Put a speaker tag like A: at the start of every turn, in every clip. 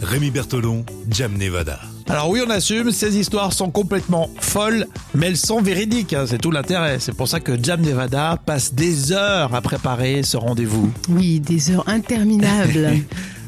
A: Rémi Bertolon, Jam Nevada.
B: Alors oui, on assume, ces histoires sont complètement folles, mais elles sont véridiques, hein, c'est tout l'intérêt. C'est pour ça que Jam Nevada passe des heures à préparer ce rendez-vous.
C: Oui, des heures interminables.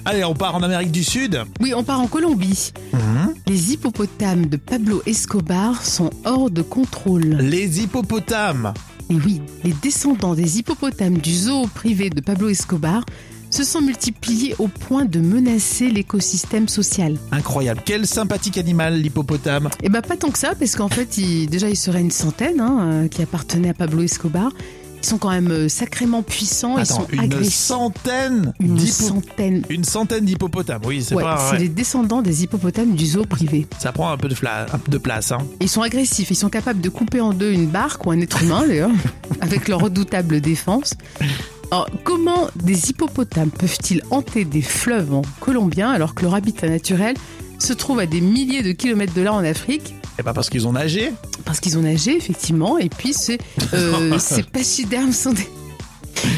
B: Allez, on part en Amérique du Sud.
C: oui, on part en Colombie.
B: Mhm.
C: Les hippopotames de Pablo Escobar sont hors de contrôle.
B: Les hippopotames.
C: Et oui, les descendants des hippopotames du zoo privé de Pablo Escobar se sont multipliés au point de menacer l'écosystème social.
B: Incroyable. Quel sympathique animal, l'hippopotame.
C: Et bah pas tant que ça, parce qu'en fait, il- déjà, il serait une centaine hein, euh, qui appartenaient à Pablo Escobar. Ils sont quand même euh, sacrément puissants, ils
B: Attends,
C: sont
B: une
C: agressifs.
B: centaine
C: Une
B: d'hippo-
C: centaine.
B: Une centaine d'hippopotames, oui, c'est
C: Ouais,
B: pas...
C: c'est
B: ouais.
C: les descendants des hippopotames du zoo privé.
B: Ça prend un peu de, fla- un peu de place. Hein.
C: Ils sont agressifs, ils sont capables de couper en deux une barque ou un être humain d'ailleurs, avec leur redoutable défense. Alors, comment des hippopotames peuvent-ils hanter des fleuves en colombien alors que leur habitat naturel se trouve à des milliers de kilomètres de là en Afrique
B: Et pas parce qu'ils ont nagé.
C: Parce qu'ils ont nagé, effectivement, et puis ces, euh, ces pachydermes sont des,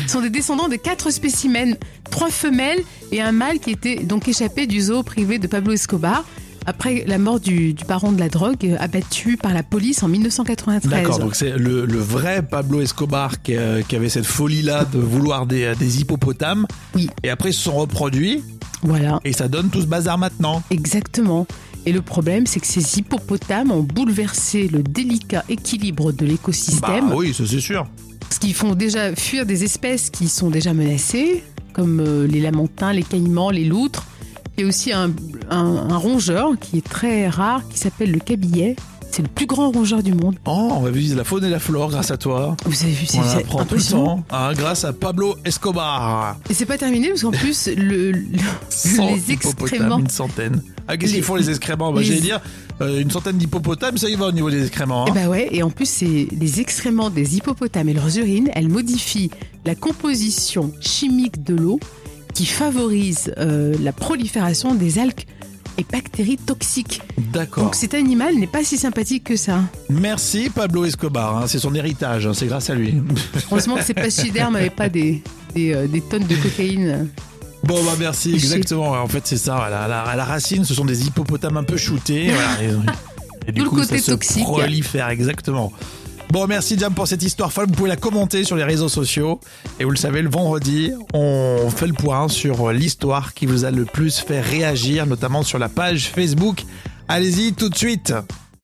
C: sont des descendants de quatre spécimens, trois femelles et un mâle qui était donc échappé du zoo privé de Pablo Escobar après la mort du, du baron de la drogue euh, abattu par la police en 1993.
B: D'accord, donc c'est le, le vrai Pablo Escobar qui, euh, qui avait cette folie-là de vouloir des, euh, des hippopotames.
C: Oui.
B: Et après, ils se sont reproduits
C: Voilà,
B: et ça donne tout ce bazar maintenant.
C: exactement. Et le problème, c'est que ces hippopotames ont bouleversé le délicat équilibre de l'écosystème.
B: Bah oui, ça c'est sûr.
C: Parce qu'ils font déjà fuir des espèces qui sont déjà menacées, comme euh, les lamentins, les caïmans, les loutres. Il y a aussi un, un- un rongeur qui est très rare, qui s'appelle le cabillet. C'est le plus grand rongeur du monde.
B: Oh, on va vivre la faune et la flore grâce à toi.
C: Vous avez vu, c'est
B: On
C: c'est
B: apprend tout le
C: impressionnant.
B: temps, hein, grâce à Pablo Escobar.
C: Et c'est pas terminé, parce qu'en plus, le, le-
B: Cent
C: les
B: hippopotames,
C: excréments.
B: Une centaine. Ah, qu'est-ce
C: Les-
B: qu'ils font les excréments bah,
C: les-
B: J'allais dire, euh, une centaine d'hippopotames, ça y va au niveau des excréments. hein.
C: Eh ben ouais, et en plus, c'est les excréments des hippopotames et leurs urines, elles modifient la composition chimique de l'eau qui favorise euh, la prolifération des algues et bactéries toxiques.
B: D'accord.
C: Eh ben, Donc cet animal n'est pas si sympathique que ça.
B: Merci Pablo Escobar, hein, c'est son héritage, hein, c'est grâce à lui.
C: Heureusement que ces pachydermes n'avaient pas des, des, euh, des tonnes de cocaïne.
B: Bon bah merci,
C: Touché.
B: exactement. En fait c'est ça, à la, à la- à la racine ce sont des hippopotames un peu shootés. voilà, et- et
C: Tout le côté
B: se
C: toxique.
B: prolifère, exactement. Bon merci Jam pour cette histoire folle, vous pouvez la commenter sur les réseaux sociaux. Et vous le savez, le vendredi, on fait le point sur l'histoire qui vous a le plus fait réagir, notamment sur la page Facebook. Allez-y tout de suite